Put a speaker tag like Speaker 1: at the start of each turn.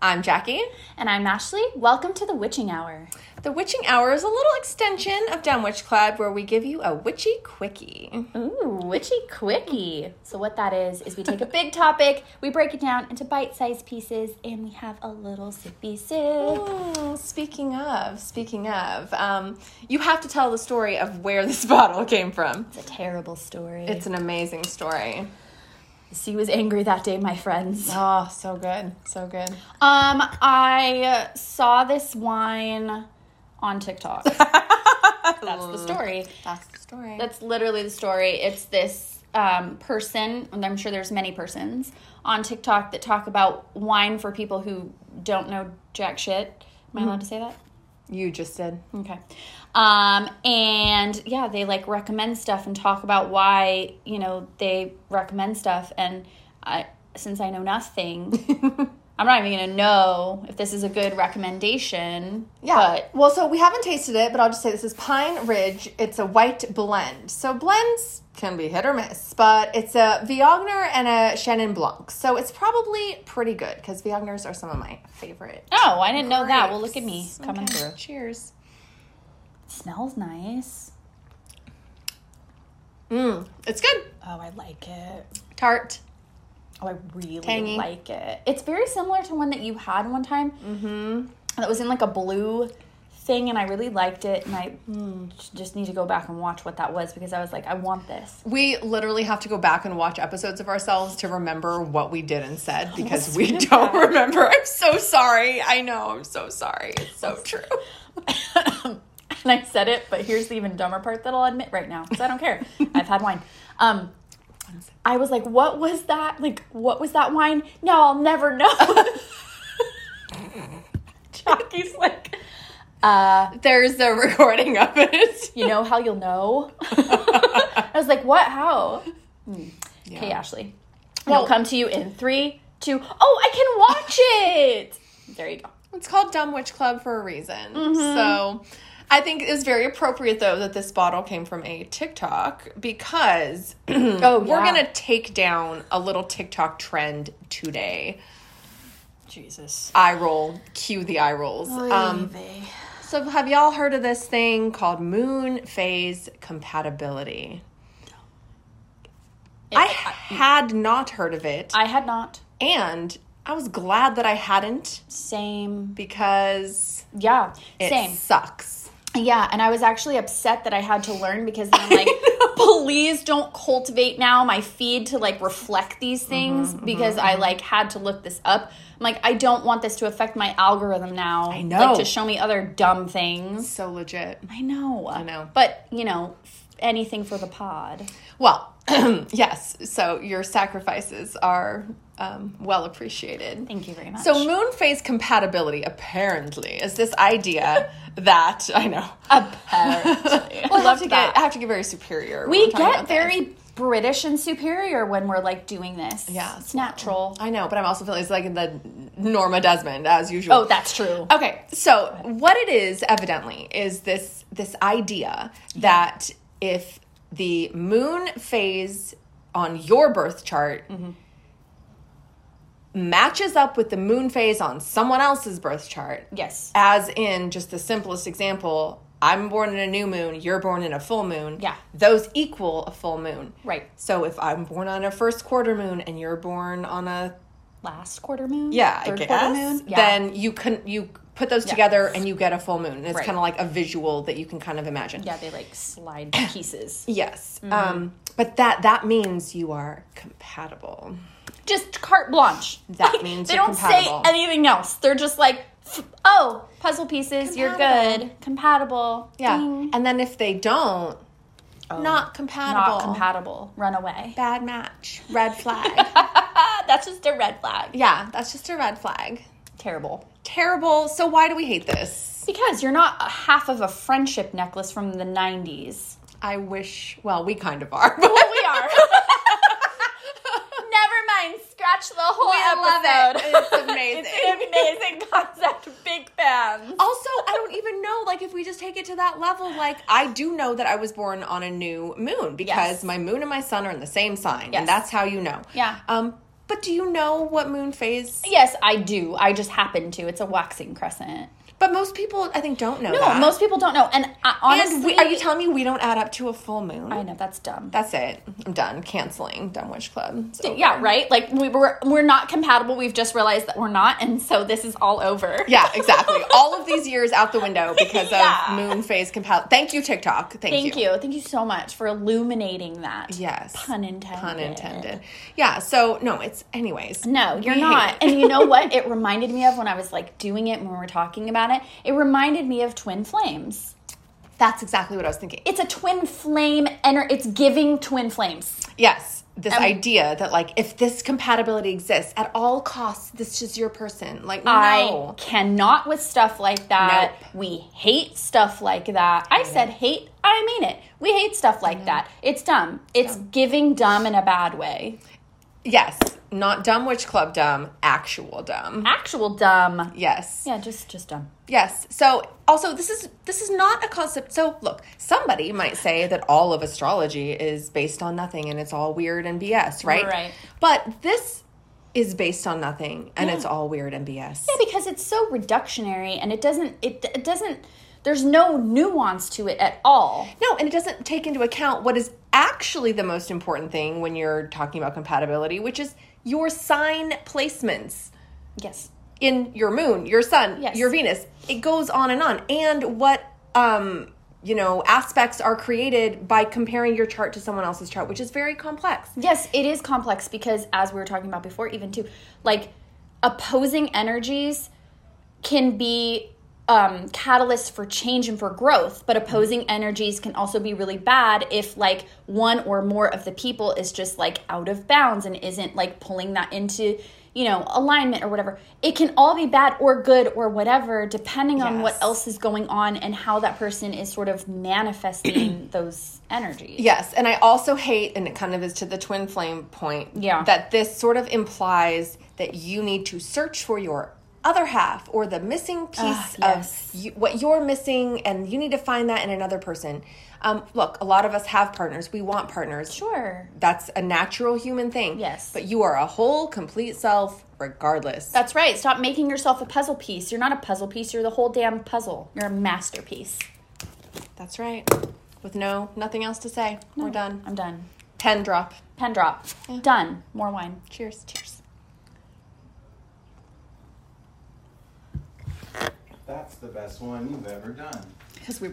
Speaker 1: I'm Jackie.
Speaker 2: And I'm Ashley. Welcome to the Witching Hour.
Speaker 1: The Witching Hour is a little extension of Down Witch Club where we give you a witchy quickie.
Speaker 2: Ooh, witchy quickie. So, what that is, is we take a big topic, we break it down into bite sized pieces, and we have a little sippy sip.
Speaker 1: Mm, speaking of, speaking of, um, you have to tell the story of where this bottle came from.
Speaker 2: It's a terrible story.
Speaker 1: It's an amazing story.
Speaker 2: she was angry that day, my friends.
Speaker 1: Oh, so good. So good.
Speaker 2: Um, I saw this wine on TikTok. That's the story.
Speaker 1: That's the story.
Speaker 2: That's literally the story. It's this um, person, and I'm sure there's many persons on TikTok that talk about wine for people who don't know jack shit. Am I allowed to say that?
Speaker 1: you just did.
Speaker 2: Okay. Um, and yeah, they like recommend stuff and talk about why, you know, they recommend stuff. And I, since I know nothing, I'm not even going to know if this is a good recommendation.
Speaker 1: Yeah. well, so we haven't tasted it, but I'll just say this is Pine Ridge. It's a white blend. So blends can be hit or miss, but it's a Viognier and a Chenin Blanc. So it's probably pretty good because Viogniers are some of my favorite.
Speaker 2: But, oh, I didn't know that. Well, look at me
Speaker 1: grapes.
Speaker 2: coming
Speaker 1: Okay,
Speaker 2: through.
Speaker 1: Cheers.
Speaker 2: smells nice.
Speaker 1: Mm, it's good.
Speaker 2: Oh, I like it.
Speaker 1: Tart.
Speaker 2: Oh, I really
Speaker 1: Tangy.
Speaker 2: like it. It's very similar to one that you had one time. Mm-hmm. That was in like a blue thing, and I really liked it. And I just need to go back and watch what that was because I was like, I want this.
Speaker 1: We literally have to go back and watch episodes of ourselves to remember what we did and said because we don't remember. I'm so sorry. I know. I'm so sorry. It's so true.
Speaker 2: and I said it, but here's the even dumber part that I'll admit right now because I don't care. I've had wine. Um, I was like, what was that? Like, what was that wine? Now I'll never know. Chucky's like, uh,
Speaker 1: There's a recording of it.
Speaker 2: you know how you'll know? I was like, what? How? Hmm. Okay, Ashley. Well,
Speaker 1: Well-
Speaker 2: will come to you in three, two, oh, I can watch it. There you go.
Speaker 1: It's called Dumb Witch Club for a reason.
Speaker 2: Mm-hmm.
Speaker 1: So I think it's very appropriate though that this bottle came from a TikTok because
Speaker 2: Oh,
Speaker 1: we're gonna take down a little TikTok trend today.
Speaker 2: Jesus.
Speaker 1: Eye roll, cue the eye rolls.
Speaker 2: Oh,
Speaker 1: Um, so have y'all heard of this thing called moon phase compatibility? I had not heard of it,
Speaker 2: I had not.
Speaker 1: and I was glad that I hadn't
Speaker 2: Same.
Speaker 1: because
Speaker 2: Yeah.
Speaker 1: it
Speaker 2: Same.
Speaker 1: sucks.
Speaker 2: Yeah. And I was actually upset that I had to learn because then I'm like, please don't cultivate now my feed to like reflect these things because I like had to look this up. I'm like, I don't want this to affect my algorithm now. I
Speaker 1: know.
Speaker 2: Like to show me other dumb things.
Speaker 1: So legit.
Speaker 2: I know. I
Speaker 1: know.
Speaker 2: But, you know, f- anything for the pod.
Speaker 1: Well, yes. So your sacrifices are um, well appreciated.
Speaker 2: Thank you very much.
Speaker 1: So moon phase compatibility apparently is this idea that I know.
Speaker 2: Uh, apparently.
Speaker 1: Well, I have
Speaker 2: Love
Speaker 1: to
Speaker 2: that.
Speaker 1: get I have to get very superior. when
Speaker 2: we
Speaker 1: we're talking
Speaker 2: get
Speaker 1: about this.
Speaker 2: very British and superior when we're like doing this.
Speaker 1: Yeah,
Speaker 2: It's natural.
Speaker 1: I know, but I'm also feeling it's like the Norma Desmond as usual.
Speaker 2: Oh, that's true.
Speaker 1: Okay, so what it is evidently is this this idea that if the moon phase on your birth chart
Speaker 2: Mm-hmm.
Speaker 1: matches up with the moon phase on someone else's birth chart,
Speaker 2: Yes.
Speaker 1: as in just the simplest example, I'm born in a new moon, you're born in a full moon.
Speaker 2: Yeah.
Speaker 1: Those equal a full moon.
Speaker 2: Right.
Speaker 1: So if I'm born on a first quarter moon and you're born on a
Speaker 2: Last quarter moon?
Speaker 1: yeah,
Speaker 2: Third
Speaker 1: I guess.
Speaker 2: quarter moon? Yeah.
Speaker 1: Then you can you put those together and you get a full moon. And it's
Speaker 2: Right.
Speaker 1: kind of like a visual that you can kind of imagine.
Speaker 2: yeah, they like slide pieces.
Speaker 1: Yes. Um, but that that means you are compatible.
Speaker 2: Just carte blanche.
Speaker 1: That
Speaker 2: Like,
Speaker 1: means
Speaker 2: they
Speaker 1: you're
Speaker 2: don't
Speaker 1: compatible.
Speaker 2: say anything else. They're just like, f- oh, puzzle pieces, you're
Speaker 1: Compatible.
Speaker 2: good, compatible.
Speaker 1: Yeah.
Speaker 2: Ding.
Speaker 1: And then if they don't, not compatible.
Speaker 2: Not compatible. Run away.
Speaker 1: Bad match. Red flag.
Speaker 2: Ah, that's just a red flag.
Speaker 1: yeah, that's just a red flag.
Speaker 2: Terrible.
Speaker 1: Terrible. So why do we hate this?
Speaker 2: Because you're not a half of a friendship necklace from the 90s.
Speaker 1: I wish. Well, we kind of are.
Speaker 2: Well, we are. Never mind. Scratch the whole
Speaker 1: I
Speaker 2: episode.
Speaker 1: love it. It's amazing.
Speaker 2: It's an amazing concept. Big fans.
Speaker 1: Also, I don't even know, like, if we just take it to that level, like, I do know that I was born on a new moon because
Speaker 2: Yes.
Speaker 1: my moon and my sun are in the same sign.
Speaker 2: Yes.
Speaker 1: And that's how you know.
Speaker 2: Yeah.
Speaker 1: Um, But do you know what moon phase?
Speaker 2: Yes, I do. I just happen to. It's a waxing crescent.
Speaker 1: But most people, I think, don't know.
Speaker 2: No,
Speaker 1: that.
Speaker 2: most people don't know. And I, honestly,
Speaker 1: And we, are you telling me we don't add up to a full moon?
Speaker 2: I know that's dumb.
Speaker 1: That's it. I'm done canceling Dumb Witch Club. It's over.
Speaker 2: yeah, right. Like we were, we're not compatible. We've just realized that we're not, and so this is all over.
Speaker 1: Yeah, exactly. All of these years out the window because
Speaker 2: Yeah.
Speaker 1: of moon phase compatible. Thank you, TikTok. Thank,
Speaker 2: Thank you. Thank you so much for illuminating that.
Speaker 1: Yes.
Speaker 2: Pun intended.
Speaker 1: Pun intended. Yeah. So no, it's anyways.
Speaker 2: No, you're
Speaker 1: We hate
Speaker 2: not.
Speaker 1: it.
Speaker 2: And you know what? It reminded me of when I was like doing it when we were talking about it. It reminded me of twin flames.
Speaker 1: That's exactly what I was thinking.
Speaker 2: It's a twin flame, and it's giving twin flames.
Speaker 1: Yes, this
Speaker 2: Um,
Speaker 1: idea that like if this compatibility exists at all costs, this is your person. Like
Speaker 2: I
Speaker 1: no,
Speaker 2: cannot with stuff like that. We hate stuff like that. I said hate, I mean it. We hate stuff like that. It's dumb. It's giving dumb in a bad way.
Speaker 1: yes, not dumb witch club dumb, actual dumb.
Speaker 2: Actual dumb.
Speaker 1: Yes.
Speaker 2: Yeah, just just dumb.
Speaker 1: Yes. So also this is this is not a concept. So look, somebody might say that all of astrology is based on nothing and it's all weird and BS, right?
Speaker 2: Right.
Speaker 1: But this is based on nothing and it's all weird and BS.
Speaker 2: Yeah, because it's so reductionary and it doesn't it, it doesn't there's no nuance to it at all.
Speaker 1: No, and it doesn't take into account what is actually the most important thing when you're talking about compatibility, which is your sign placements
Speaker 2: Yes.
Speaker 1: in your moon, your sun,
Speaker 2: Yes.
Speaker 1: your Venus. It goes on and on. And what um, you know, aspects are created by comparing your chart to someone else's chart, which is very complex.
Speaker 2: Yes, it is complex because as we were talking about before, even too, like opposing energies can be um, catalysts for change and for growth, but opposing energies can also be really bad if like one or more of the people is just like out of bounds and isn't like pulling that into you know alignment or whatever. It can all be bad or good or whatever depending on what
Speaker 1: Yes.
Speaker 2: else is going on and how that person is sort of manifesting those energies.
Speaker 1: Yes, and I also hate, and it kind of is to the twin flame point.
Speaker 2: Yeah.
Speaker 1: that this sort of implies that you need to search for your other half or the missing piece
Speaker 2: Ah, yes.
Speaker 1: of you, what you're missing, and you need to find that in another person. Um, look, a lot of us have partners. We want partners.
Speaker 2: Sure.
Speaker 1: That's a natural human thing.
Speaker 2: Yes.
Speaker 1: but you are a whole, complete self, regardless.
Speaker 2: That's right. Stop making yourself a puzzle piece. You're not a puzzle piece. You're the whole damn puzzle. You're a masterpiece.
Speaker 1: That's right. With no, nothing else to say. We're done.
Speaker 2: I'm done.
Speaker 1: Pen drop.
Speaker 2: Pen drop. Done. More wine.
Speaker 1: Cheers. Cheers.
Speaker 3: That's the best one you've ever done.
Speaker 1: Because we